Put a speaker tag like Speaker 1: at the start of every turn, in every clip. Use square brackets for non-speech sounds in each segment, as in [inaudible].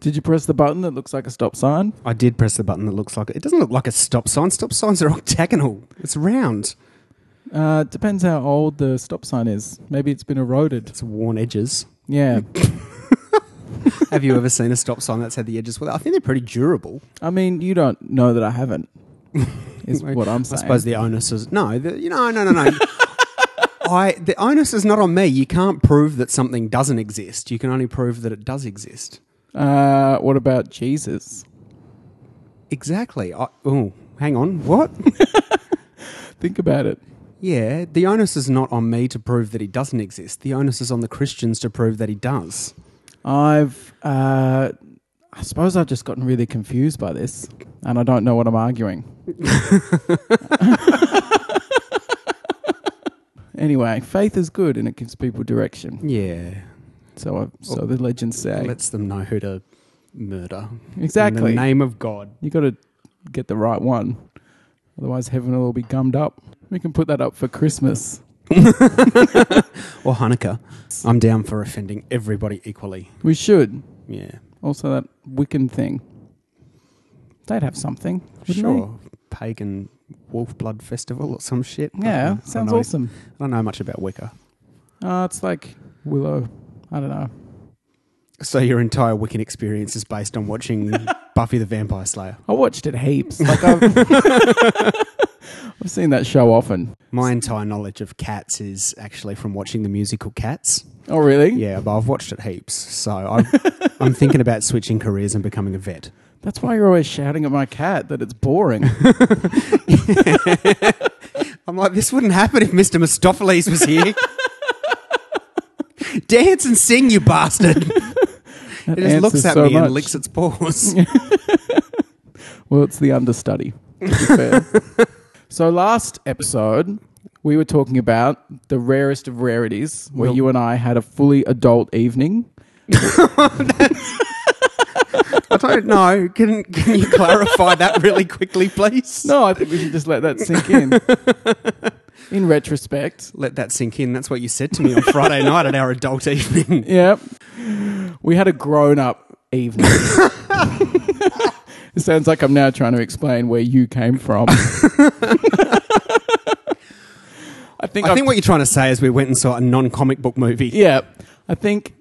Speaker 1: Did you press the button that looks like a stop sign?
Speaker 2: I did press the button that looks like it doesn't look like a stop sign. Stop signs are [laughs] octagonal. It's round.
Speaker 1: Uh, depends how old the stop sign is. Maybe it's been eroded.
Speaker 2: It's worn edges.
Speaker 1: Yeah.
Speaker 2: Have you ever seen a stop sign that's had the edges? Well, I think they're pretty durable.
Speaker 1: I mean, you don't know that I [laughs] haven't. Is what I'm
Speaker 2: I
Speaker 1: saying.
Speaker 2: suppose the onus is no. The, you know, no, no, [laughs] no. I the onus is not on me. You can't prove that something doesn't exist. You can only prove that it does exist.
Speaker 1: Uh, what about Jesus?
Speaker 2: Exactly. I, oh, hang on. What? [laughs]
Speaker 1: Think about it.
Speaker 2: yeah. The onus is not on me to prove that he doesn't exist. The onus is on the Christians to prove that he does.
Speaker 1: I've, uh, I suppose I've just gotten really confused by this, and I don't know what I'm arguing. [laughs] anyway, faith is good, and it gives people direction.
Speaker 2: Yeah.
Speaker 1: So, I, so the legends say.
Speaker 2: Lets them know who to murder.
Speaker 1: Exactly.
Speaker 2: In the name of God.
Speaker 1: You got to get the right one. Otherwise, heaven will all be gummed up. We can put that up for Christmas.
Speaker 2: Or Hanukkah. I'm down for offending everybody equally.
Speaker 1: We should.
Speaker 2: Yeah.
Speaker 1: Also, that Wiccan thing. They'd have something. wouldn't
Speaker 2: Sure. Pagan wolf blood festival or some shit.
Speaker 1: they? Yeah,
Speaker 2: I don't
Speaker 1: sounds
Speaker 2: know.
Speaker 1: awesome.
Speaker 2: I don't know much about Wicca.
Speaker 1: Uh, it's like Willow. I don't know.
Speaker 2: So your entire Wiccan experience is based on [laughs] watching Buffy the Vampire Slayer.
Speaker 1: I watched it heaps. Like
Speaker 2: [laughs]
Speaker 1: I've, I've seen that show often.
Speaker 2: My entire knowledge of cats is actually from watching the musical Cats.
Speaker 1: Oh, really?
Speaker 2: Yeah, but I've watched it heaps. So I'm, I'm thinking about switching careers and becoming a vet.
Speaker 1: That's why you're always shouting at my cat that it's
Speaker 2: [laughs]
Speaker 1: boring.
Speaker 2: I'm like, this wouldn't happen if Mr. Mistopheles was
Speaker 1: [laughs]
Speaker 2: here. Dance and sing, you bastard.
Speaker 1: That
Speaker 2: It just looks
Speaker 1: answers
Speaker 2: at
Speaker 1: so
Speaker 2: me
Speaker 1: much.
Speaker 2: and licks its paws.
Speaker 1: Well, it's the understudy. to be [laughs] fair. so last episode, we were talking about the rarest of rarities, where
Speaker 2: Well-
Speaker 1: you and I had a fully adult evening.
Speaker 2: I don't know. Can, can you clarify that really quickly, please?
Speaker 1: No, I think we should just let that sink in. [laughs] in retrospect,
Speaker 2: Let that sink in. That's what you said to me on Friday night at our
Speaker 1: [laughs]
Speaker 2: adult evening.
Speaker 1: yep, we had a grown-up [laughs] evening. it sounds like I'm now trying to explain where you came [laughs] from. I think
Speaker 2: I
Speaker 1: I've
Speaker 2: think what you're trying to say is we went and saw a non comic book movie.
Speaker 1: Yeah, I think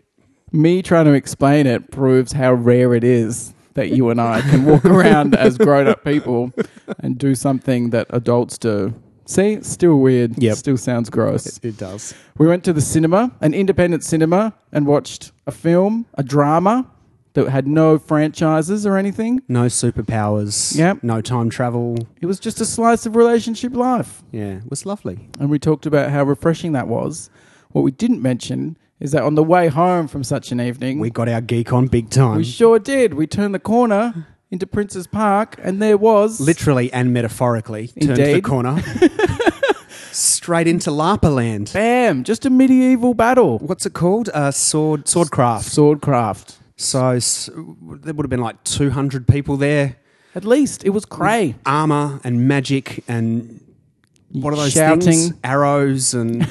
Speaker 1: me trying to explain it proves how rare it is that you and I can
Speaker 2: [laughs]
Speaker 1: walk around as grown-up people and do something that adults do. See, It's still weird.
Speaker 2: Yep.
Speaker 1: Still sounds gross.
Speaker 2: It does.
Speaker 1: We went to the cinema, an independent cinema, and watched a film, a drama that had no franchises or anything.
Speaker 2: No superpowers.
Speaker 1: Yep.
Speaker 2: No time travel.
Speaker 1: It was just a slice of relationship life.
Speaker 2: Yeah, it was lovely.
Speaker 1: and we talked about how refreshing that was. What we didn't mention is that on the way home from such an evening,
Speaker 2: We got our geek on big time.
Speaker 1: Mm. We sure did. We turned the corner into Prince's Park, and there was
Speaker 2: literally and metaphorically turned the
Speaker 1: Indeed.
Speaker 2: [laughs] corner straight into Lapa land.
Speaker 1: bam, just a medieval battle.
Speaker 2: What's it called? Uh, sword swordcraft.
Speaker 1: Swordcraft.
Speaker 2: So s- there would have been like two hundred people there.
Speaker 1: At least it was cray.
Speaker 2: Armor and magic and what are those
Speaker 1: Shouting.
Speaker 2: things? Arrows [laughs] and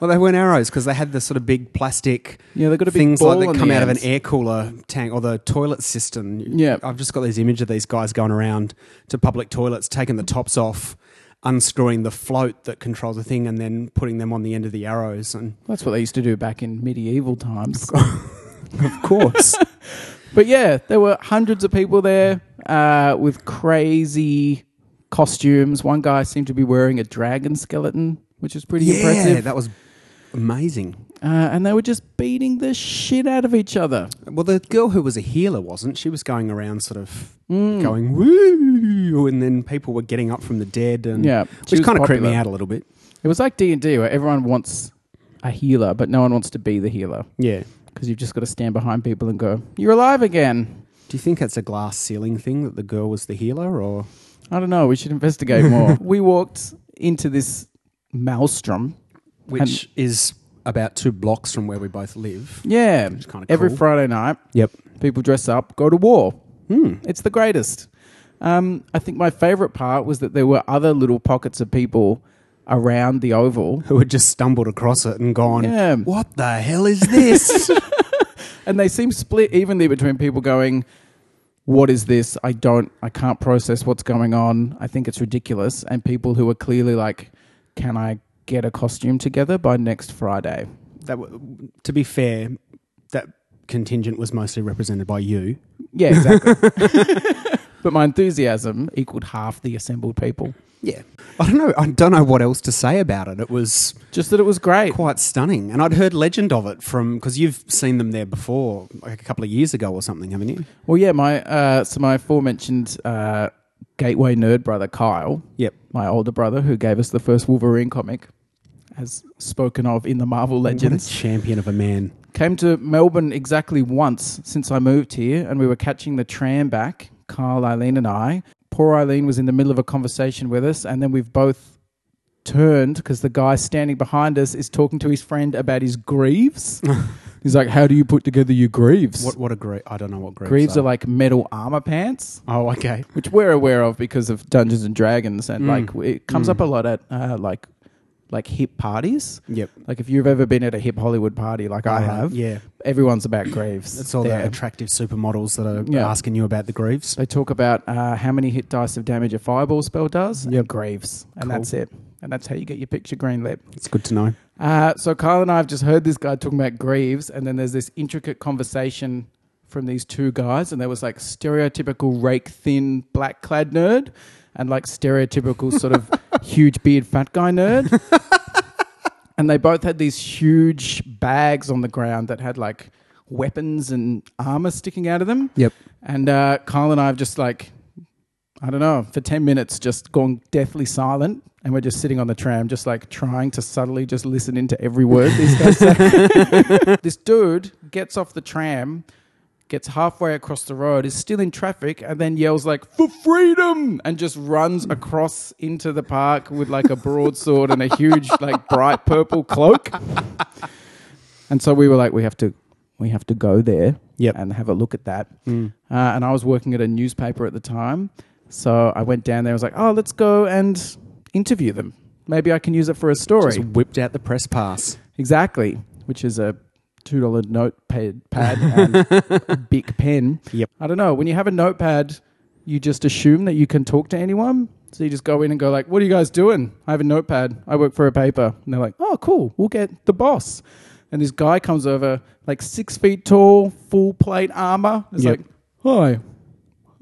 Speaker 2: well, they weren't arrows because they had the sort of big plastic.
Speaker 1: Yeah, they got a big
Speaker 2: things
Speaker 1: ball
Speaker 2: like
Speaker 1: on
Speaker 2: that come
Speaker 1: the
Speaker 2: out of an
Speaker 1: ends.
Speaker 2: air cooler tank or the toilet system.
Speaker 1: Yeah.
Speaker 2: I've just got this image of these guys going around to public toilets, taking the tops off, unscrewing the float that controls the thing, and then putting them on the end of the
Speaker 1: [laughs]
Speaker 2: arrows. And
Speaker 1: That's what they used to do back in medieval
Speaker 2: [laughs]
Speaker 1: times.
Speaker 2: Oh, of [laughs] course,
Speaker 1: But yeah, there were hundreds of people there uh, with crazy costumes. One guy seemed to be wearing a dragon skeleton, which is pretty
Speaker 2: yeah,
Speaker 1: impressive.
Speaker 2: that was amazing.
Speaker 1: Uh, and they were just beating the shit out of each other.
Speaker 2: Well, the girl who was a healer wasn't. She was going around sort of
Speaker 1: Mm.
Speaker 2: going woo, and then people were getting up from the dead, and
Speaker 1: Yeah, she
Speaker 2: which
Speaker 1: was
Speaker 2: kind of creeped me
Speaker 1: popular.
Speaker 2: out a little bit.
Speaker 1: It was like D and D, where everyone wants a healer, but no one wants to be the healer.
Speaker 2: Yeah.
Speaker 1: because you've just got to stand behind people and go, "You're alive again."
Speaker 2: Do you think that's a glass ceiling thing that the girl was the healer, or
Speaker 1: I don't know. We should investigate
Speaker 2: [laughs]
Speaker 1: more. we walked into this maelstrom.
Speaker 2: which is about two blocks from where we both live?
Speaker 1: Yeah,
Speaker 2: kinda
Speaker 1: every
Speaker 2: cool.
Speaker 1: Friday night,
Speaker 2: Yep.
Speaker 1: people dress up, go to war.
Speaker 2: Hmm.
Speaker 1: It's the greatest. Um, I think my favorite part was that there were other little pockets of people around the oval
Speaker 2: Who had just stumbled across it and gone,
Speaker 1: Yeah.
Speaker 2: [laughs] "What the hell is this?"
Speaker 1: and they seem split evenly between people going, "What is this? I don't, I can't process what's going on. I think it's ridiculous," and people who are clearly like, "Can I get a costume together by next Friday?"
Speaker 2: That, w- to be fair, that contingent was mostly represented by you.
Speaker 1: Yeah, exactly. [laughs] but my enthusiasm equaled half the assembled people.
Speaker 2: Yeah. I don't know. I don't know what else to say about it. It was
Speaker 1: Just that it was great.
Speaker 2: quite stunning, and I'd heard legend of it from because you've seen them there before, like a couple of years ago or something, haven't you?
Speaker 1: Well, yeah, my uh, so my aforementioned uh, gateway nerd brother Kyle,
Speaker 2: Yep.
Speaker 1: my older brother who gave us the first Wolverine comic, as spoken of in the Marvel
Speaker 2: What a
Speaker 1: Legends,
Speaker 2: champion of a man.
Speaker 1: came to Melbourne exactly once since I moved here, and we were catching the tram back. Kyle, Eileen, and I. Poor Eileen was in the middle of a conversation with us, and then we've both turned because the guy standing behind us is talking to his friend about his greaves.
Speaker 2: [laughs]
Speaker 1: He's like, "How do you put together your greaves?"
Speaker 2: What what a great. I don't know what greaves,
Speaker 1: Greaves are like metal armor pants
Speaker 2: Oh, okay.
Speaker 1: which we're aware of because of Dungeons and Dragons,
Speaker 2: Mm.
Speaker 1: and like it comes up a lot at uh, like like hip parties.
Speaker 2: Yep.
Speaker 1: Like if you've ever been at a hip Hollywood party, like I
Speaker 2: Right,
Speaker 1: have,
Speaker 2: yeah.
Speaker 1: everyone's about graves.
Speaker 2: It's all
Speaker 1: there.
Speaker 2: the attractive supermodels that are
Speaker 1: Yeah.
Speaker 2: asking you about the greaves.
Speaker 1: They talk about uh, how many hit dice of damage a fireball spell does. Yeah, graves, and
Speaker 2: Cool.
Speaker 1: that's it. And that's how you get your picture greenlit.
Speaker 2: It's good to know.
Speaker 1: Uh, so Kyle and I have just heard this guy talking about Greaves, and then there's this intricate conversation from these two guys, and there was like stereotypical rake thin black clad nerd, and like stereotypical sort
Speaker 2: [laughs]
Speaker 1: of huge beard fat guy nerd, and they both had these huge bags on the ground that had like weapons and armor sticking out of them.
Speaker 2: Yep.
Speaker 1: And uh, Kyle and I have just like, I don't know, for 10 minutes just gone deathly silent. And we're just sitting on the tram, just like trying to subtly just listen into every word these guys say. [laughs] this dude gets off the tram, gets halfway across the road, is still in traffic, and then yells like, for freedom! And just runs across into the park with like a broadsword and a huge, like bright purple cloak. And so we were like, we have to, we have to go there
Speaker 2: Yep.
Speaker 1: and have a look at that. Uh, and I was working at a newspaper at the time, so I went down there. I was like, oh, let's go and interview them. Maybe I can use it for a story.
Speaker 2: Just whipped out the press pass.
Speaker 1: Exactly, which is a two dollar notepad pad and
Speaker 2: [laughs]
Speaker 1: a big pen.
Speaker 2: Yep.
Speaker 1: I don't know. When you have a notepad, you just assume that you can talk to anyone. So you just go in and go like, "What are you guys doing? I have a notepad. I work for a paper." And they're like, "Oh, cool. We'll get the boss." And this guy comes over, like six feet tall, full plate armor. It's
Speaker 2: Yep.
Speaker 1: like, "Hi,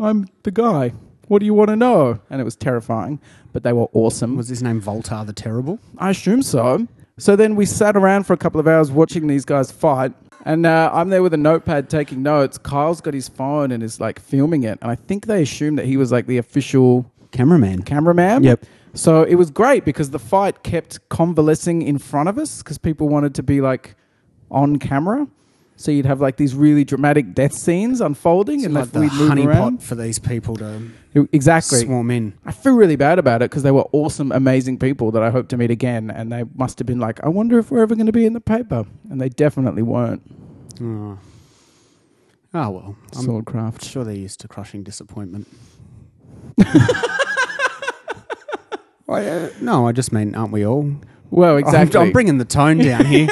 Speaker 1: I'm the guy. What do you want to know?" And it was terrifying, but they were awesome.
Speaker 2: Was his name Voltar the Terrible?
Speaker 1: I assume so. So then we sat around for a couple of hours watching these guys fight. And uh, I'm there with a notepad taking notes. Kyle's got his phone and is like filming it. And I think they assumed that he was like the official
Speaker 2: Cameraman.
Speaker 1: cameraman.
Speaker 2: Yep.
Speaker 1: So it was great because the fight kept convalescing in front of us because people wanted to be like on camera. So you'd have like these really dramatic death scenes unfolding, and like
Speaker 2: like the
Speaker 1: we'd move
Speaker 2: honeypot
Speaker 1: around.
Speaker 2: for these people to
Speaker 1: Exactly.
Speaker 2: swarm in.
Speaker 1: I feel really bad about it because they were awesome, amazing people that I hope to meet again. And they must have been like, I wonder if we're ever going to be in the paper. And they definitely weren't.
Speaker 2: Oh, oh well. I'm
Speaker 1: Swordcraft.
Speaker 2: sure they're used to crushing [laughs] disappointment. I, uh, no, I just mean, aren't we all?
Speaker 1: Well,
Speaker 2: I'm-
Speaker 1: exactly.
Speaker 2: I'm, bringing the tone down [laughs] here.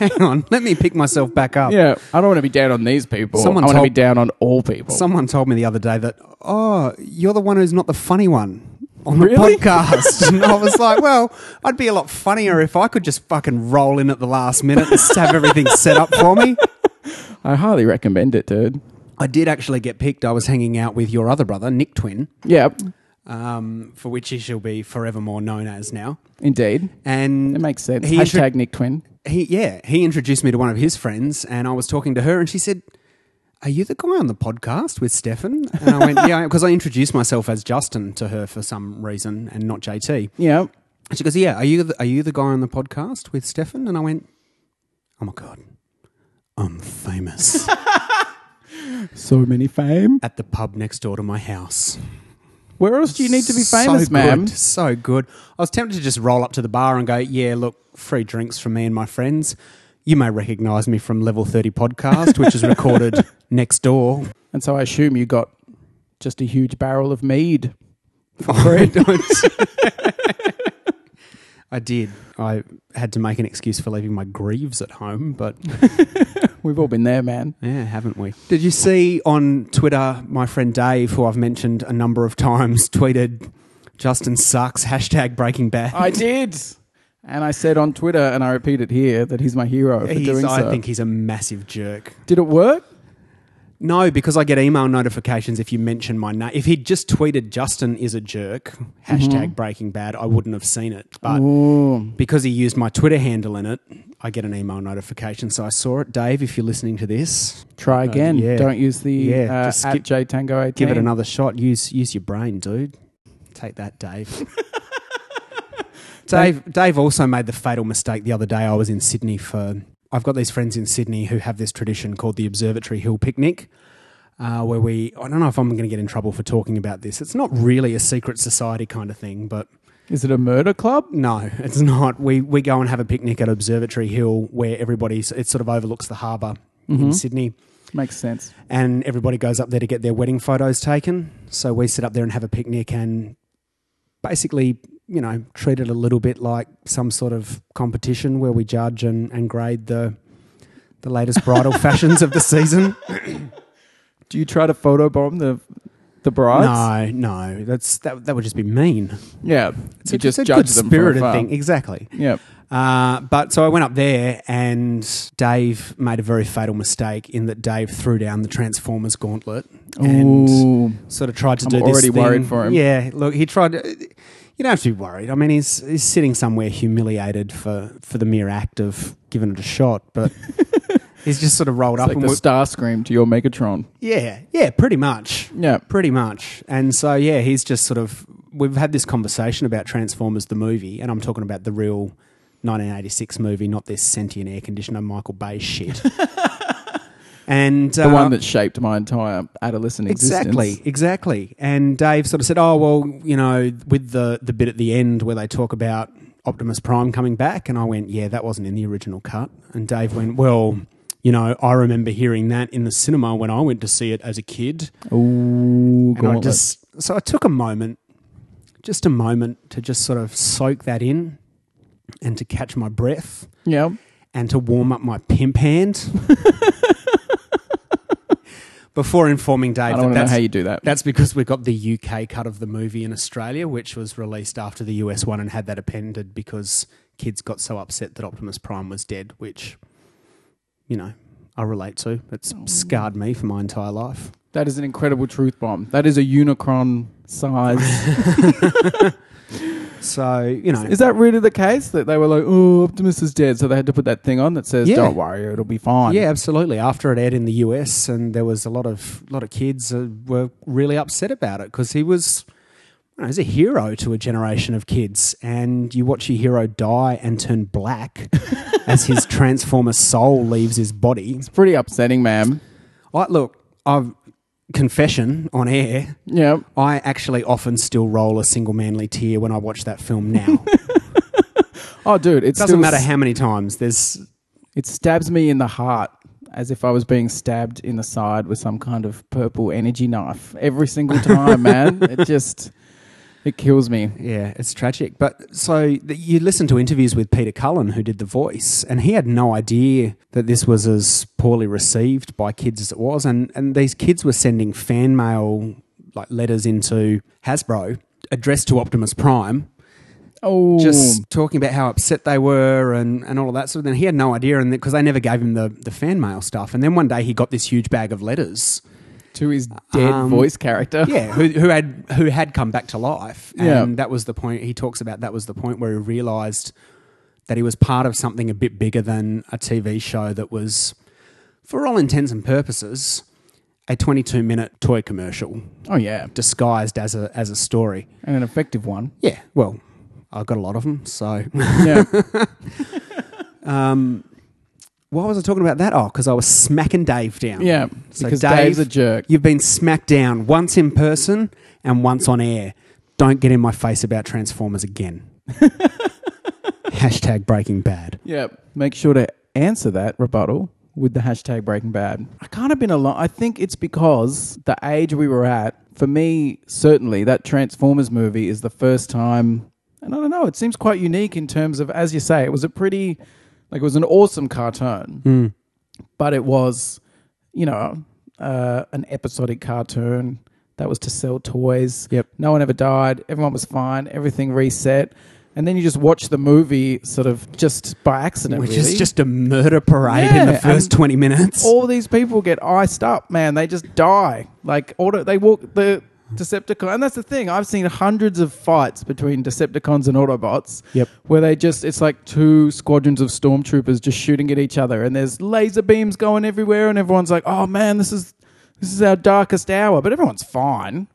Speaker 2: Hang on, let me pick myself back up.
Speaker 1: yeah, I don't want to be down on these people.
Speaker 2: Someone
Speaker 1: I want to be
Speaker 2: told-
Speaker 1: down on all people.
Speaker 2: Someone told me the other day that, oh, you're the one who's not the funny one on the
Speaker 1: Really? [laughs]
Speaker 2: podcast. and I was like, well, I'd be a lot funnier if I could just fucking roll in at the last minute and have everything set up for me.
Speaker 1: I highly recommend it, dude.
Speaker 2: I did actually get picked. I was hanging out with your other brother, Nick Twin,
Speaker 1: Yeah,
Speaker 2: um, for which he shall be forevermore known as now.
Speaker 1: indeed.
Speaker 2: And
Speaker 1: It makes sense.
Speaker 2: He
Speaker 1: Hashtag Nick Twin.
Speaker 2: he yeah he introduced me to one of his friends and i was talking to her and she said are you the guy on the podcast with stefan and i went yeah because i introduced myself as justin to her for some reason and not jt
Speaker 1: Yeah.
Speaker 2: and she goes yeah are you the, are you the guy on the podcast with stefan and i went oh my god i'm famous
Speaker 1: So many fame.
Speaker 2: at the pub next door to my house
Speaker 1: Where else do you need to be
Speaker 2: So
Speaker 1: famous,
Speaker 2: good,
Speaker 1: ma'am?
Speaker 2: So good. I was tempted to just roll up to the bar and go, yeah, look, free drinks from me and my friends. You may recognize me from Level 30 podcast, which is [laughs] recorded next door.
Speaker 1: And so I assume you got just a
Speaker 2: [laughs]
Speaker 1: huge barrel of mead.
Speaker 2: I I did. I had to make an excuse for leaving my greaves at home, but
Speaker 1: We've all been there, man.
Speaker 2: yeah, haven't we? Did you see on Twitter my friend Dave, who I've mentioned a number of times, [laughs] tweeted Justin sucks, hashtag breaking bad.
Speaker 1: I did. And I said on Twitter, and I repeat it here, that he's my hero for
Speaker 2: [laughs] He's-
Speaker 1: doing so.
Speaker 2: I think he's a massive jerk.
Speaker 1: Did it work?
Speaker 2: No, because I get email notifications if you mention my name. If he'd just tweeted Justin is a jerk, hashtag breaking bad, I wouldn't have seen it. But
Speaker 1: Ooh.
Speaker 2: because he used my Twitter handle in it, I get an email notification. So I saw it. Dave, if you're listening to this,
Speaker 1: Try
Speaker 2: Uh,
Speaker 1: again.
Speaker 2: yeah.
Speaker 1: Don't use the
Speaker 2: Yeah,
Speaker 1: uh,
Speaker 2: just
Speaker 1: at
Speaker 2: skip-
Speaker 1: J Tango 18.
Speaker 2: give it another shot. Use use your brain, dude. Take that, Dave. Dave Dave also made the fatal mistake the other day. I was in Sydney for I've got these friends in Sydney who have this tradition called the Observatory Hill Picnic. Uh, where we, I don't know if I'm going to get in trouble for talking about this. It's not really a secret society kind of thing, but
Speaker 1: Is it a murder club?
Speaker 2: No, [laughs] it's not. We we go and have a picnic at Observatory Hill, where everybody it sort of overlooks the harbour in Sydney,
Speaker 1: Makes sense.
Speaker 2: and everybody goes up there to get their wedding photos taken. So we sit up there and have a picnic, and basically, you know, treat it a little bit like some sort of competition where we judge and, and grade the the
Speaker 1: [laughs]
Speaker 2: latest bridal fashions of the season.
Speaker 1: Do you try to photobomb the the brides?
Speaker 2: No, no, that's that, that would just be mean.
Speaker 1: Yeah.
Speaker 2: It's
Speaker 1: you
Speaker 2: a,
Speaker 1: just
Speaker 2: it's a
Speaker 1: judge
Speaker 2: good
Speaker 1: them
Speaker 2: spirited
Speaker 1: from afar.
Speaker 2: thing, exactly.
Speaker 1: Yeah.
Speaker 2: Uh, but so I went up there, and Dave made a very fatal mistake in that Dave threw down the Transformers gauntlet and
Speaker 1: Ooh.
Speaker 2: sort of tried to
Speaker 1: I'm
Speaker 2: do this.
Speaker 1: already
Speaker 2: thing.
Speaker 1: worried for him.
Speaker 2: Yeah, look, he tried. To, you don't have to be worried. I mean, he's he's sitting somewhere humiliated for for the mere act of giving it a shot,
Speaker 1: [laughs]
Speaker 2: but. He's just sort of rolled
Speaker 1: It's
Speaker 2: up
Speaker 1: like
Speaker 2: and
Speaker 1: the
Speaker 2: we-
Speaker 1: star scream to your Megatron.
Speaker 2: yeah, yeah, pretty much.
Speaker 1: Yeah.
Speaker 2: Pretty much. And so, yeah, he's just sort of. We've had this conversation about Transformers, the movie, and I'm talking about the real 1986 movie, not this sentient air conditioner Michael
Speaker 1: [laughs]
Speaker 2: Bay shit. and
Speaker 1: The one that shaped my entire adolescent
Speaker 2: uh, Exactly,
Speaker 1: existence.
Speaker 2: exactly. And Dave sort of said, "Oh well, you know, with the the bit at the end where they talk about Optimus Prime coming back," and I went, "Yeah, that wasn't in the original cut." And Dave went, "Well, you know, I remember hearing that in the cinema when I went to see it as a kid."
Speaker 1: Ooh,
Speaker 2: And I
Speaker 1: gauntlet.
Speaker 2: just so I took a moment, just a moment to just sort of soak that in, and to catch my breath,
Speaker 1: yeah.
Speaker 2: and to warm up my pimp hand. [laughs] Before informing Dave
Speaker 1: I
Speaker 2: that
Speaker 1: don't know
Speaker 2: that's
Speaker 1: how you do that.
Speaker 2: that's because we got the UK cut of the movie in Australia, which was released after the US one and had that appended because kids got so upset that Optimus Prime was dead, which, you know, I relate to. It's scarred me for my entire life.
Speaker 1: That is an incredible truth bomb. That is a unicron
Speaker 2: [laughs]
Speaker 1: size.
Speaker 2: So, you know,
Speaker 1: is that really the case that they were like, "Oh, Optimus is dead," so they had to put that thing on that says,
Speaker 2: Yeah.
Speaker 1: "Don't worry, it'll be fine."
Speaker 2: yeah, absolutely. After it aired in the US, and there was a lot of lot of kids uh, were really upset about it because he was. you know, He's a hero to a generation of kids, and you watch your hero die and turn black as his transformer soul leaves his body.
Speaker 1: it's pretty upsetting, ma'am.
Speaker 2: I look, I've confession on air.
Speaker 1: Yeah,
Speaker 2: I actually often still roll a single manly tear when I watch that film now. it
Speaker 1: Oh, dude, it
Speaker 2: doesn't
Speaker 1: still-
Speaker 2: matter how many times. There's
Speaker 1: It stabs me in the heart as if I was being stabbed in the side with some kind of purple energy knife every single time,
Speaker 2: [laughs]
Speaker 1: man. It just it kills me.
Speaker 2: yeah, it's tragic. But so th- you listen to interviews with Peter Cullen who did the voice and he had no idea that this was as poorly received by kids as it was and and these kids were sending fan mail like letters into Hasbro addressed to Optimus Prime
Speaker 1: Oh,
Speaker 2: just talking about how upset they were and, and all of that sort of thing. He had no idea, and because they never gave him the, the fan mail stuff. And then one day he got this huge bag of letters,
Speaker 1: to his dead
Speaker 2: Um,
Speaker 1: voice character. [laughs]
Speaker 2: yeah, who, who had who had come back to life. And
Speaker 1: Yeah.
Speaker 2: that was the point he talks about. That was the point where he realised that he was part of something a bit bigger than a TV show that was, for all intents and purposes, a 22 minute toy commercial
Speaker 1: Oh yeah,
Speaker 2: disguised as a as a story.
Speaker 1: and an effective
Speaker 2: [laughs]
Speaker 1: one.
Speaker 2: Yeah, well, I got a lot of them, so. [laughs]
Speaker 1: Yeah.
Speaker 2: Um, why was I talking about that? Oh, because I was smacking Dave down.
Speaker 1: Yeah,
Speaker 2: So
Speaker 1: because
Speaker 2: Dave-
Speaker 1: Dave's a jerk.
Speaker 2: You've been smacked down once in person and once on air. Don't get in my face about Transformers
Speaker 1: [laughs]
Speaker 2: again. Hashtag breaking bad.
Speaker 1: Yeah, make sure to answer that rebuttal with the hashtag Breaking Bad. I can't have been alone. I think it's because the age we were at. For me, certainly, that Transformers movie is the first time And I don't know, it seems quite unique in terms of, as you say, it was a pretty, like, it was an awesome cartoon, but it was, you know, uh, an episodic cartoon that was to sell toys.
Speaker 2: Yep.
Speaker 1: No one ever died. Everyone was fine. Everything reset. And then you just watch the movie sort of just by accident,
Speaker 2: Which
Speaker 1: really.
Speaker 2: is just a murder parade in the
Speaker 1: Yeah,
Speaker 2: first
Speaker 1: and-
Speaker 2: 20 minutes.
Speaker 1: all these people get iced up, man. They just die. Like auto, they walk the Decepticon, and that's the thing. I've seen hundreds of fights between Decepticons and Autobots.
Speaker 2: Yep.
Speaker 1: where they just it's like two squadrons of stormtroopers just shooting at each other, and there's laser beams going everywhere, and everyone's like, "Oh man, this is this is our darkest hour," but everyone's fine.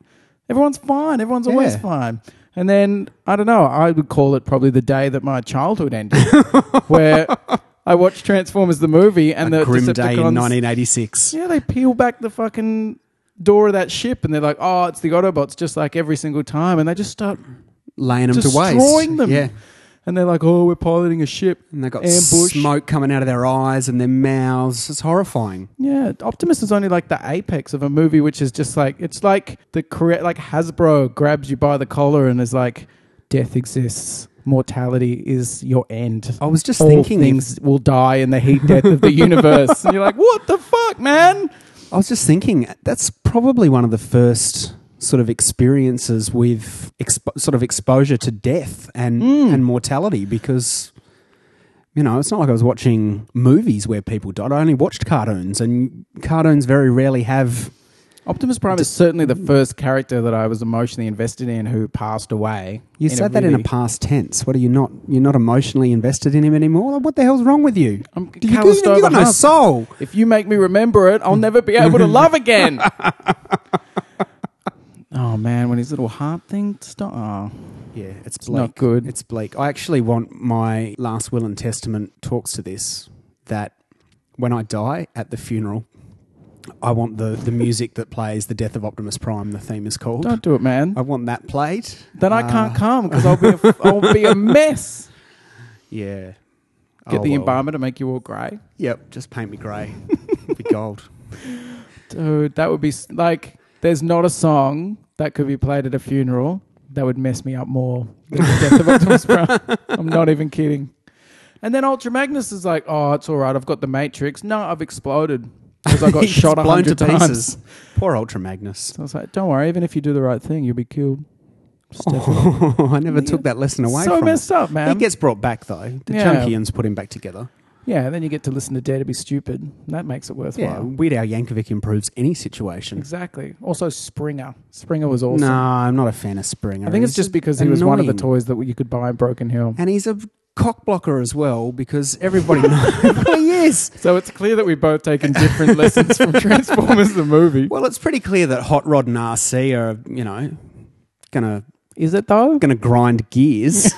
Speaker 1: Everyone's fine. Everyone's always
Speaker 2: Yeah.
Speaker 1: fine. And then I don't know. I would call it probably the day that my childhood ended, [laughs] where I watched Transformers the movie and the
Speaker 2: Grim
Speaker 1: Decepticons.
Speaker 2: Day in 1986.
Speaker 1: Yeah, they peel back the fucking door of that ship and they're like, oh, it's the Autobots, just like every single time. And they just start
Speaker 2: Laying them to waste.
Speaker 1: destroying them.
Speaker 2: Yeah.
Speaker 1: And they're like, oh, we're piloting a ship.
Speaker 2: And they got
Speaker 1: ambush.
Speaker 2: smoke coming out of their eyes and their mouths. It's horrifying.
Speaker 1: Yeah, Optimus is only like the apex of a movie, which is just like it's like the crea- like Hasbro grabs you by the collar and is like, death exists, mortality is your end.
Speaker 2: I was just
Speaker 1: All
Speaker 2: thinking if-
Speaker 1: things will die in the heat death of the
Speaker 2: [laughs]
Speaker 1: universe, and you're like, what the fuck, man?
Speaker 2: I was just thinking that's probably one of the first sort of experiences with expo- sort of exposure to death and and mortality because you know it's not like I was watching movies where people died. I only watched cartoons, and cartoons very rarely have.
Speaker 1: Optimus Prime is certainly the first character that I was emotionally invested in who passed away.
Speaker 2: You said that in a
Speaker 1: really-
Speaker 2: past tense. What are you not? You're not emotionally invested in him anymore. What the hell's wrong with you?
Speaker 1: I'm
Speaker 2: You- you-
Speaker 1: calloused
Speaker 2: you
Speaker 1: over
Speaker 2: got no
Speaker 1: half.
Speaker 2: soul.
Speaker 1: If you make me remember it, I'll never be
Speaker 2: [laughs]
Speaker 1: able to love again. oh man, when his little heart thing stopped. Oh.
Speaker 2: Yeah, it's bleak.
Speaker 1: not good.
Speaker 2: It's bleak. I actually want my last will and testament talks to this that when I die at the funeral, I want the, the music that plays The Death of Optimus Prime, the theme is called.
Speaker 1: Don't do it, man.
Speaker 2: I want that played.
Speaker 1: Then I
Speaker 2: Uh,
Speaker 1: can't come because I'll be a, I'll be
Speaker 2: [laughs]
Speaker 1: a mess.
Speaker 2: Yeah.
Speaker 1: Get
Speaker 2: Oh,
Speaker 1: the
Speaker 2: well.
Speaker 1: embalmer to make you all grey,
Speaker 2: Yep, just paint me [laughs] grey. It'd be gold.
Speaker 1: dude. That would be s- like. There's not a song that could be played at a funeral that would mess me up more than the death of Optimus
Speaker 2: [laughs]
Speaker 1: Prime. I'm not even kidding. And then Ultra Magnus is like, "Oh, it's all right. I've got the Matrix. No, I've exploded because
Speaker 2: [laughs]
Speaker 1: I got
Speaker 2: He's
Speaker 1: shot a
Speaker 2: blown to
Speaker 1: hundred times."
Speaker 2: pieces. Poor Ultra Magnus.
Speaker 1: So I was like, don't worry, even if you do the right thing, you'll be killed.
Speaker 2: [laughs] Oh, I never took that lesson away
Speaker 1: so
Speaker 2: from
Speaker 1: messed up,
Speaker 2: him. He
Speaker 1: man.
Speaker 2: gets brought back, though. The
Speaker 1: Yeah.
Speaker 2: champions put him back together.
Speaker 1: yeah, and then you get to listen to Dare to Be Stupid. and That makes it
Speaker 2: Yeah,
Speaker 1: worthwhile.
Speaker 2: Weird Al Yankovic improves any situation.
Speaker 1: Exactly. Also, Springer. Springer was awesome.
Speaker 2: No, I'm not a fan of Springer.
Speaker 1: I think it's
Speaker 2: He's
Speaker 1: just because he was one of the
Speaker 2: annoying.
Speaker 1: toys that you could buy in Broken Hill.
Speaker 2: And he's a cock blocker as well because everybody
Speaker 1: [laughs]
Speaker 2: [laughs] knows. well, he is.
Speaker 1: So it's clear that we've both taken different [laughs] lessons from Transformers the movie.
Speaker 2: Well, it's pretty clear that Hot Rod and RC are, you know, gonna
Speaker 1: Is it though?
Speaker 2: gonna grind
Speaker 1: [laughs]
Speaker 2: gears.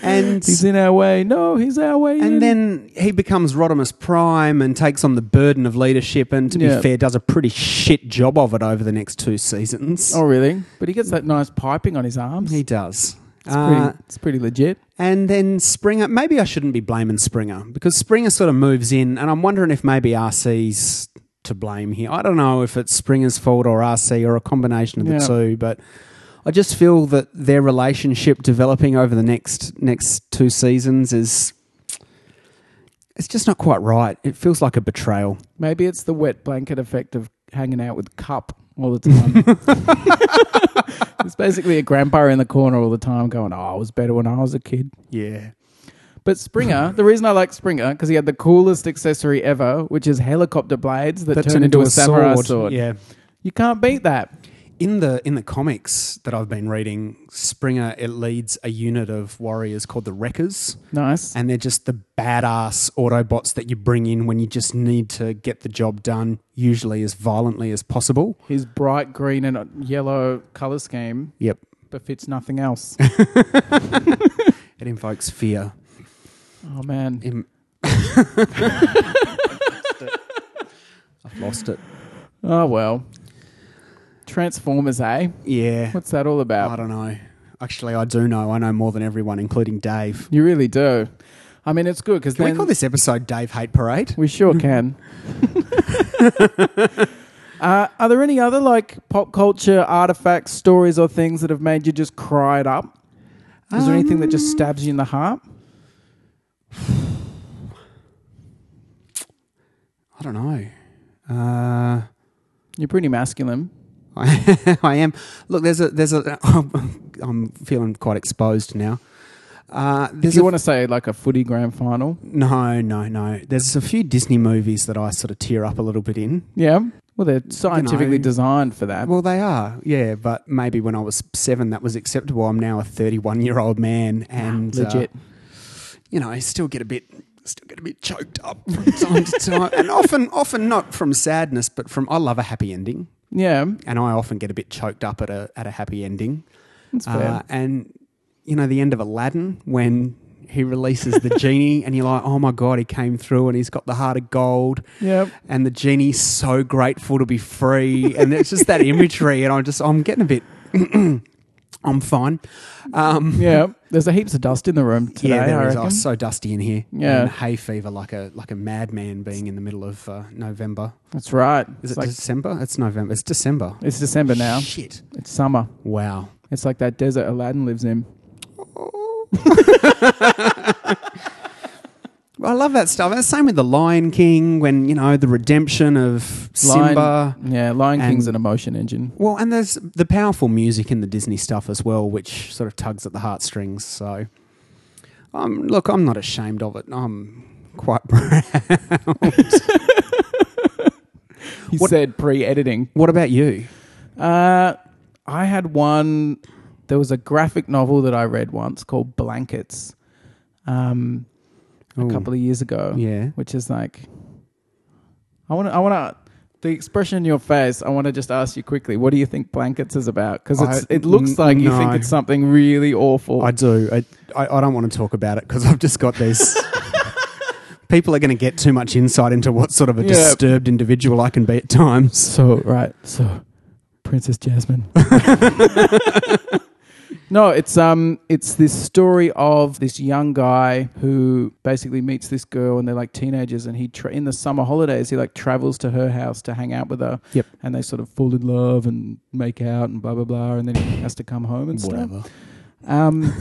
Speaker 2: and
Speaker 1: He's in our way. No, he's our way. in.
Speaker 2: and then he becomes Rodimus Prime and takes on the burden of leadership and to
Speaker 1: Yeah.
Speaker 2: be fair does a pretty shit job of it over the next two seasons.
Speaker 1: oh really? But he gets that nice piping on his arms.
Speaker 2: He does.
Speaker 1: it's,
Speaker 2: Uh,
Speaker 1: pretty, it's pretty legit.
Speaker 2: And then Springer, maybe I shouldn't be blaming Springer because Springer sort of moves in, and I'm wondering if maybe RC's to blame here. I don't know if it's Springer's fault or RC or a combination of
Speaker 1: Yeah.
Speaker 2: the two, but I just feel that their relationship developing over the next next two seasons is it's just not quite right. It feels like a betrayal.
Speaker 1: Maybe it's the wet blanket effect of hanging out with Cup all the time. [laughs] it's basically a grandpa in the corner all the time going, Oh, I was better when I was a kid.
Speaker 2: Yeah.
Speaker 1: But Springer, the reason I like Springer, because he had the coolest accessory ever, which is helicopter blades that, turn into, a, samurai sword.
Speaker 2: Yeah.
Speaker 1: You can't beat that.
Speaker 2: In the in the comics that I've been reading, Springer it leads a unit of warriors called the Wreckers.
Speaker 1: Nice.
Speaker 2: and they're just the badass Autobots that you bring in when you just need to get the job done, usually as violently as possible.
Speaker 1: His bright green and yellow color scheme
Speaker 2: Yep.
Speaker 1: befits nothing else.
Speaker 2: [laughs] It invokes fear.
Speaker 1: oh, man.
Speaker 2: Im- I've lost it.
Speaker 1: Oh, well. Transformers, eh?
Speaker 2: Yeah.
Speaker 1: What's that all about?
Speaker 2: I don't know. Actually, I do know. I know more than everyone, including Dave.
Speaker 1: You really do. I mean, it's good because
Speaker 2: Can
Speaker 1: then
Speaker 2: we call this episode Dave Hate Parade?
Speaker 1: we sure
Speaker 2: [laughs]
Speaker 1: can. uh, are there any other like pop culture artifacts, stories, or things that have made you just cry it up? Is there anything that
Speaker 2: Um,
Speaker 1: just stabs you in the heart?
Speaker 2: I don't know. Uh, [laughs]
Speaker 1: You're pretty masculine.
Speaker 2: I, I am. Look, there's a there's a. [laughs] I'm feeling quite exposed now. Uh,
Speaker 1: If
Speaker 2: there's
Speaker 1: you
Speaker 2: a,
Speaker 1: want to say like a footy grand final,
Speaker 2: no, no, no. There's a few Disney movies that I sort of tear up a little bit in.
Speaker 1: yeah. Well, they're scientifically
Speaker 2: know.
Speaker 1: designed for that.
Speaker 2: Well, they are, yeah. But maybe when I was seven, that was acceptable. I'm now a 31 year old man, and uh,
Speaker 1: Legit.
Speaker 2: you know, I still get a bit, still get a bit choked up from time to time, and often, often not from sadness, but from I love a happy ending,
Speaker 1: yeah,
Speaker 2: and I often get a bit choked up at a at a happy ending.
Speaker 1: that's fair.
Speaker 2: Uh, and you know, the end of Aladdin when he releases the genie, and you're like, oh my god, he came through, and he's got the heart of gold.
Speaker 1: yeah.
Speaker 2: And the genie's so grateful to be free, and it's just that imagery, and I'm just, I'm getting a bit, [clears throat] I'm fine. Um, [laughs]
Speaker 1: Yeah, there's a heaps of dust in the room [laughs] today.
Speaker 2: yeah, there
Speaker 1: I
Speaker 2: is.
Speaker 1: reckon.
Speaker 2: Oh, so dusty in here.
Speaker 1: Yeah.
Speaker 2: and hay fever, like a like a madman, being in the middle of uh, November.
Speaker 1: That's right.
Speaker 2: Is
Speaker 1: it's,
Speaker 2: it
Speaker 1: like,
Speaker 2: December? It's November. It's December.
Speaker 1: it's December now.
Speaker 2: Shit.
Speaker 1: It's summer.
Speaker 2: Wow.
Speaker 1: It's like that desert Aladdin lives in.
Speaker 2: I love that stuff. And the same with the Lion King when you know the redemption of
Speaker 1: Lion-
Speaker 2: Simba.
Speaker 1: yeah, Lion
Speaker 2: and-
Speaker 1: King's an emotion engine.
Speaker 2: Well, and there's the powerful music in the Disney stuff as well, which sort of tugs at the heartstrings. So, um, look, I'm not ashamed of it. I'm quite proud.
Speaker 1: He
Speaker 2: What-
Speaker 1: said pre-editing.
Speaker 2: What about you?
Speaker 1: Uh, I had one. There was a graphic novel that I read once called Blankets, um, a
Speaker 2: Ooh.
Speaker 1: couple of years ago.
Speaker 2: Yeah.
Speaker 1: which is like, I want to. I want to. The expression in your face. I want to just ask you quickly. What do you think Blankets is about? Because it's
Speaker 2: I-
Speaker 1: it looks
Speaker 2: n-
Speaker 1: like you
Speaker 2: no.
Speaker 1: think it's something really awful.
Speaker 2: I do. I, I, I don't want to talk about it because I've just got these.
Speaker 1: [laughs]
Speaker 2: People are going to get too much insight into what sort of a
Speaker 1: Yeah.
Speaker 2: disturbed individual I can be at times.
Speaker 1: So right, so Princess Jasmine. no, it's um, it's this story of this young guy who basically meets this girl, and they're like teenagers, and he tra- in the summer holidays he like travels to her house to hang out with her.
Speaker 2: Yep.
Speaker 1: and they sort of fall in love and make out and blah blah blah, and then he has to come home and stuff. [laughs]
Speaker 2: Whatever.
Speaker 1: Um,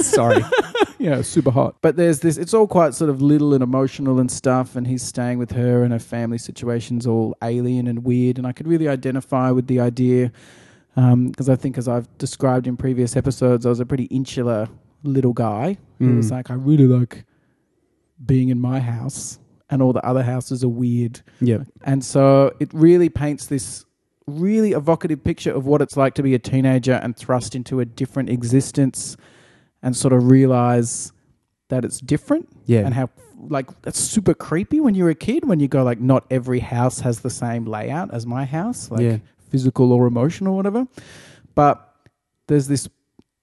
Speaker 2: Sorry.
Speaker 1: [laughs] yeah, super hot. But there's this, it's all quite sort of little and emotional and stuff. And he's staying with her, and her family situation's all alien and weird. And I could really identify with the idea because I think, as I've described in previous episodes, I was a pretty insular little guy who was
Speaker 2: Mm.
Speaker 1: like, I really like being in my house, and all the other houses are weird.
Speaker 2: Yep.
Speaker 1: And so it really paints this really evocative picture of what it's like to be a teenager and thrust into a different existence and sort of realize that it's different
Speaker 2: Yeah.
Speaker 1: and how like that's super creepy when you're a kid when you go like not every house has the same layout as my house like
Speaker 2: Yeah.
Speaker 1: physical or emotional whatever but there's this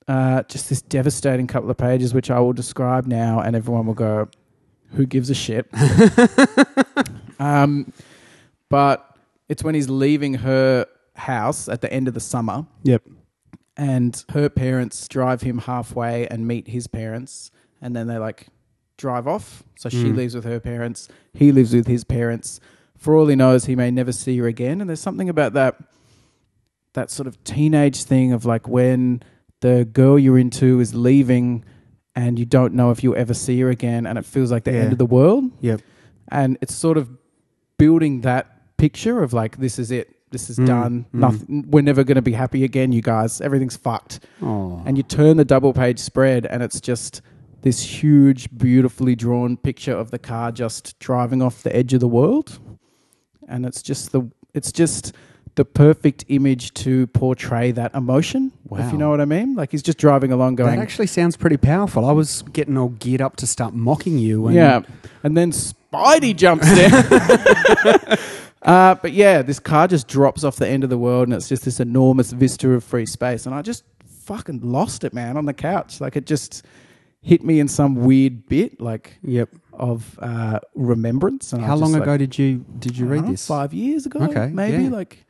Speaker 1: uh, just this devastating couple of pages which I will describe now and everyone will go who gives a
Speaker 2: [laughs]
Speaker 1: shit um, but it's when he's leaving her house at the end of the summer
Speaker 2: yep.
Speaker 1: and her parents drive him halfway and meet his parents and then they like drive off so she
Speaker 2: Mm.
Speaker 1: lives with her parents he lives with his parents for all he knows he may never see her again and there's something about that that sort of teenage thing of like when the girl you're into is leaving and you don't know if you'll ever see her again and it feels like the
Speaker 2: Yeah.
Speaker 1: end of the world
Speaker 2: Yep.
Speaker 1: and it's sort of building that picture of like this is it this is
Speaker 2: Mm,
Speaker 1: done
Speaker 2: mm.
Speaker 1: nothing we're never going to be happy again you guys everything's fucked
Speaker 2: Oh.
Speaker 1: and you turn the double page spread and it's just this huge beautifully drawn picture of the car just driving off the edge of the world and it's just the it's just the perfect image to portray that emotion if
Speaker 2: Wow.
Speaker 1: you know what i mean like he's just driving along
Speaker 2: that
Speaker 1: going
Speaker 2: actually sounds pretty powerful. I was getting all geared up to start mocking you. And
Speaker 1: yeah, and then Spidey jumps in.
Speaker 2: [laughs]
Speaker 1: uh, but yeah, this car just drops off the end of the world, and it's just this enormous vista of free space. And I just fucking lost it, man, on the couch. Like it just hit me in some weird bit, like
Speaker 2: Yep.
Speaker 1: of uh, remembrance. And I
Speaker 2: How
Speaker 1: was
Speaker 2: long
Speaker 1: just like,
Speaker 2: ago did you did you
Speaker 1: I
Speaker 2: read
Speaker 1: don't know,
Speaker 2: this?
Speaker 1: Uh-huh. Five years ago,
Speaker 2: Okay,
Speaker 1: maybe
Speaker 2: yeah.
Speaker 1: like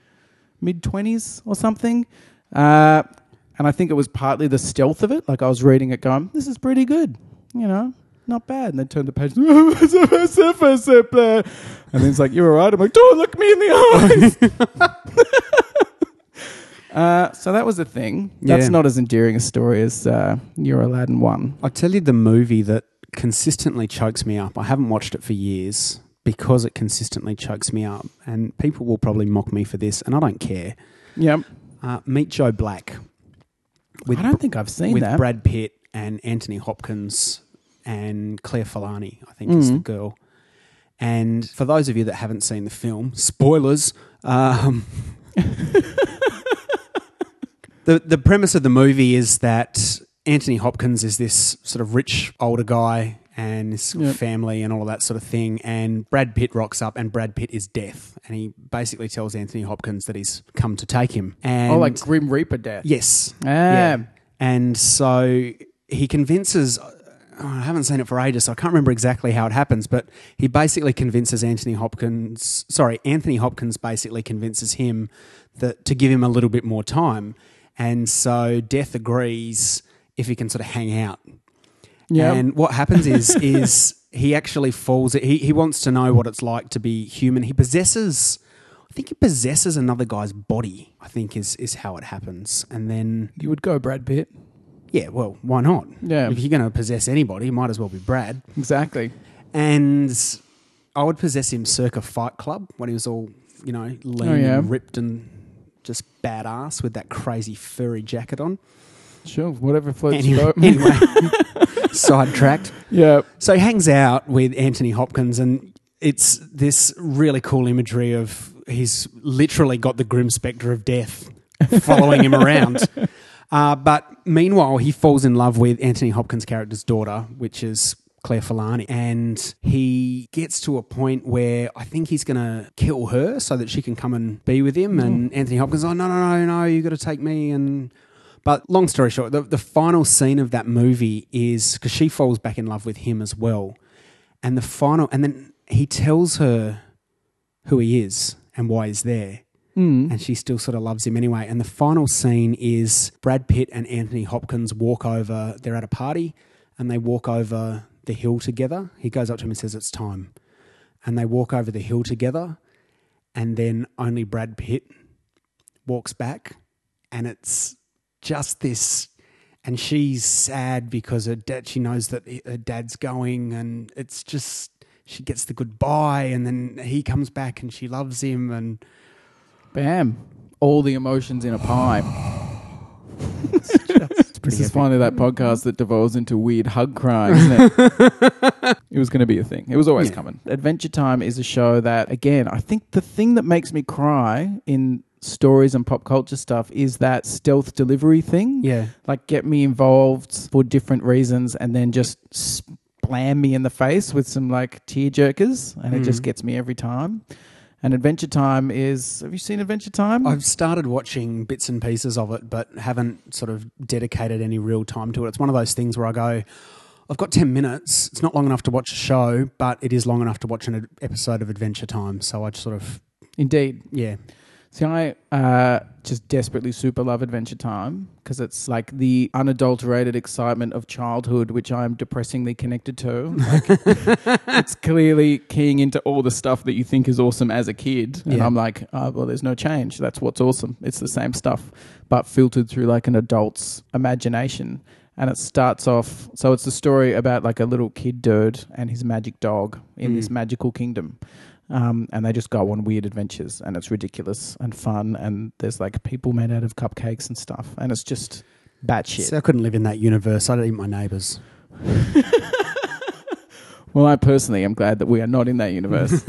Speaker 1: mid twenties or something. Uh, and I think it was partly the stealth of it. Like I was reading it, going, "This is pretty good," you know, not bad. And then turned the page, [laughs] [laughs] and then it's like, "You're all right." I'm like, "Don't look me in the eyes." Uh, so that was the thing. That's
Speaker 2: Yeah.
Speaker 1: not as endearing a story as uh, You're Aladdin 1.
Speaker 2: I'll tell you the movie that consistently chokes me up. I haven't watched it for years because it consistently chokes me up. And people will probably mock me for this, and I don't care.
Speaker 1: Yep.
Speaker 2: Uh, Meet Joe Black with,
Speaker 1: I don't think I've seen
Speaker 2: with
Speaker 1: that.
Speaker 2: Brad Pitt and Anthony Hopkins and Claire Filani, I think
Speaker 1: Mm.
Speaker 2: is the girl. And for those of you that haven't seen the film, spoilers. Um, [laughs] the the premise of the movie is that Anthony Hopkins is this sort of rich older guy and his
Speaker 1: Yeah.
Speaker 2: family and all of that sort of thing. And Brad Pitt rocks up, and Brad Pitt is death, and he basically tells Anthony Hopkins that he's come to take him. And
Speaker 1: oh, like Grim Reaper death.
Speaker 2: yes,
Speaker 1: Ah.
Speaker 2: yeah. Um, And so he convinces. oh, I haven't seen it for ages, so I can't remember exactly how it happens. But he basically convinces Anthony Hopkins. Sorry, Anthony Hopkins basically convinces him that to give him a little bit more time. And so Death agrees if he can sort of hang out.
Speaker 1: Yeah.
Speaker 2: And what happens is is he actually falls. He he wants to know what it's like to be human. He possesses. I think he possesses another guy's body. I think is is how it happens. And then
Speaker 1: you would go, Brad Pitt.
Speaker 2: yeah, well, why not?
Speaker 1: Yeah.
Speaker 2: If you're going to possess anybody, it might as well be Brad.
Speaker 1: Exactly.
Speaker 2: And I would possess him circa Fight Club when he was all, you know, lean
Speaker 1: Oh, yeah.
Speaker 2: and ripped and just badass with that crazy furry jacket on.
Speaker 1: Sure. Whatever floats your
Speaker 2: Anyway,
Speaker 1: boat.
Speaker 2: [laughs] anyway
Speaker 1: [laughs]
Speaker 2: sidetracked.
Speaker 1: yeah.
Speaker 2: So he hangs out with Anthony Hopkins, and it's this really cool imagery of he's literally got the grim spectre of death following him around. Uh, but meanwhile, he falls in love with Anthony Hopkins' character's daughter, which is Claire Filani, and he gets to a point where I think he's going to kill her so that she can come and be with him. And Anthony Hopkins, oh no, no, no, no, you got to take me and but long story short, the, the final scene of that movie is because she falls back in love with him as well. And the final, and then he tells her who he is and why he's there.
Speaker 1: Mm.
Speaker 2: And she still sort of loves him anyway. And the final scene is Brad Pitt and Anthony Hopkins walk over, they're at a party and they walk over the hill together. He goes up to him and says, It's time. And they walk over the hill together. And then only Brad Pitt walks back and it's just this and she's sad because her dad she knows that he- her dad's going and it's just she gets the goodbye and then he comes back and she loves him and
Speaker 1: Bam. All the emotions in a pie. This is finally that podcast that devolves into weird hug crying, isn't it?
Speaker 2: [laughs]
Speaker 1: it was going to be a thing. It was always
Speaker 2: Yeah.
Speaker 1: coming. Adventure Time is a show that, again, I think the thing that makes me cry in stories and pop culture stuff is that stealth delivery thing.
Speaker 2: yeah
Speaker 1: Like, get me involved for different reasons and then just slam me in the face with some like tear jerkers. And it just gets me every time. And Adventure Time is. Have you seen Adventure Time?
Speaker 2: I've started watching bits and pieces of it, but haven't sort of dedicated any real time to it. It's one of those things where I go, I've got 10 minutes. It's not long enough to watch a show, but it is long enough to watch an ad- episode of Adventure Time. So I just sort of,
Speaker 1: Indeed.
Speaker 2: yeah.
Speaker 1: See, I uh, just desperately super love Adventure Time because it's like the unadulterated excitement of childhood, which I'm depressingly connected to. Like, it's clearly keying into all the stuff that you think is awesome as a kid. And
Speaker 2: Yeah.
Speaker 1: I'm like, oh, well, there's no change. That's what's awesome. It's the same stuff, but filtered through like an adult's imagination. And it starts off, so it's a story about like a little kid dude and his magic dog in this magical kingdom um, and they just go on weird adventures, and it's ridiculous and fun, and there's like people made out of cupcakes and stuff, and it's just batshit.
Speaker 2: So I couldn't live in that universe. I'd eat my neighbours.
Speaker 1: well, I personally am glad that we are not in that universe.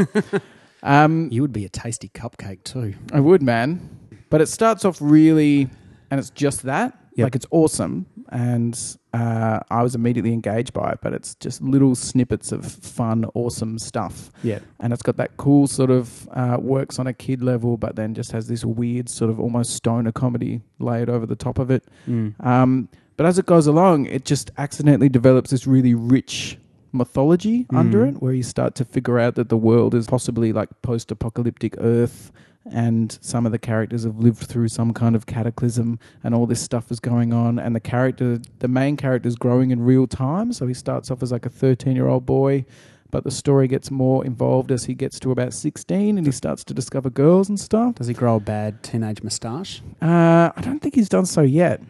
Speaker 2: [laughs]
Speaker 1: um,
Speaker 2: You would be a tasty cupcake too.
Speaker 1: I would, man, but it starts off really, and it's just that,
Speaker 2: Yep.
Speaker 1: like it's awesome, and uh, I was immediately engaged by it. But it's just little snippets of fun, awesome stuff.
Speaker 2: Yeah.
Speaker 1: and it's got that cool sort of uh, works on a kid level, but then just has this weird sort of almost stoner comedy layered over the top of it.
Speaker 2: Mm.
Speaker 1: Um, but as it goes along, it just accidentally develops this really rich mythology under it, where you start to figure out that the world is possibly like post apocalyptic Earth. And some of the characters have lived through some kind of cataclysm, and all this stuff is going on. And the character, the main character, is growing in real time. So he starts off as like a 13 year old boy, But the story gets more involved as he gets to about 16 and he starts to discover girls and stuff.
Speaker 2: Does he grow a bad teenage moustache?
Speaker 1: Uh, I don't think he's done so yet,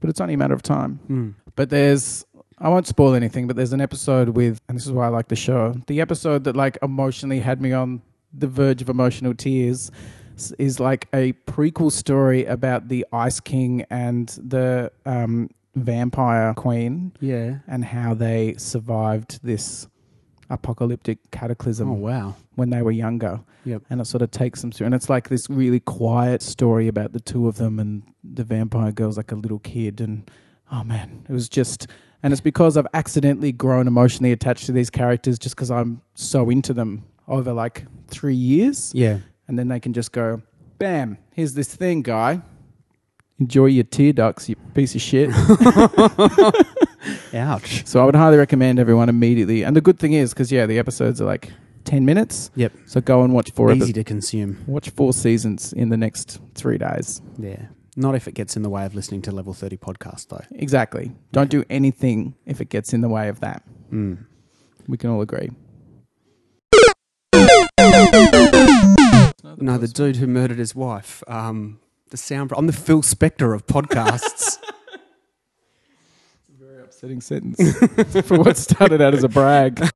Speaker 1: but it's only a matter of time.
Speaker 2: Mm.
Speaker 1: But there's I won't spoil anything, but there's an episode with and this is why I like the show. The episode that like emotionally had me on the verge of emotional tears s- is like a prequel story about the Ice King and the um, vampire queen
Speaker 2: Yeah.
Speaker 1: and how they survived this apocalyptic cataclysm
Speaker 2: Oh wow.
Speaker 1: when they were younger.
Speaker 2: Yep.
Speaker 1: And it sort of takes them through. And it's like this really quiet story about the two of them and the vampire girl's like a little kid. And oh man, it was just. And it's because I've accidentally grown emotionally attached to these characters just because I'm so into them over like three years.
Speaker 2: Yeah.
Speaker 1: And then they can just go, bam, here's this thing, guy. Enjoy your tear ducts, you piece of shit.
Speaker 2: Ouch.
Speaker 1: so I would highly recommend everyone immediately. And the good thing is, because yeah, the episodes are like 10 minutes.
Speaker 2: Yep.
Speaker 1: So go and watch four episodes.
Speaker 2: Easy to consume.
Speaker 1: Watch four seasons in the next three days.
Speaker 2: Yeah. Not if it gets in the way of listening to Level Thirty podcast though.
Speaker 1: Exactly. Don't do anything if it gets in the way of that.
Speaker 2: Mm.
Speaker 1: We can all agree.
Speaker 2: No, the dude who murdered his wife. Um, the sound. I'm the Phil Spector of podcasts.
Speaker 1: Very upsetting sentence for what started out as a brag.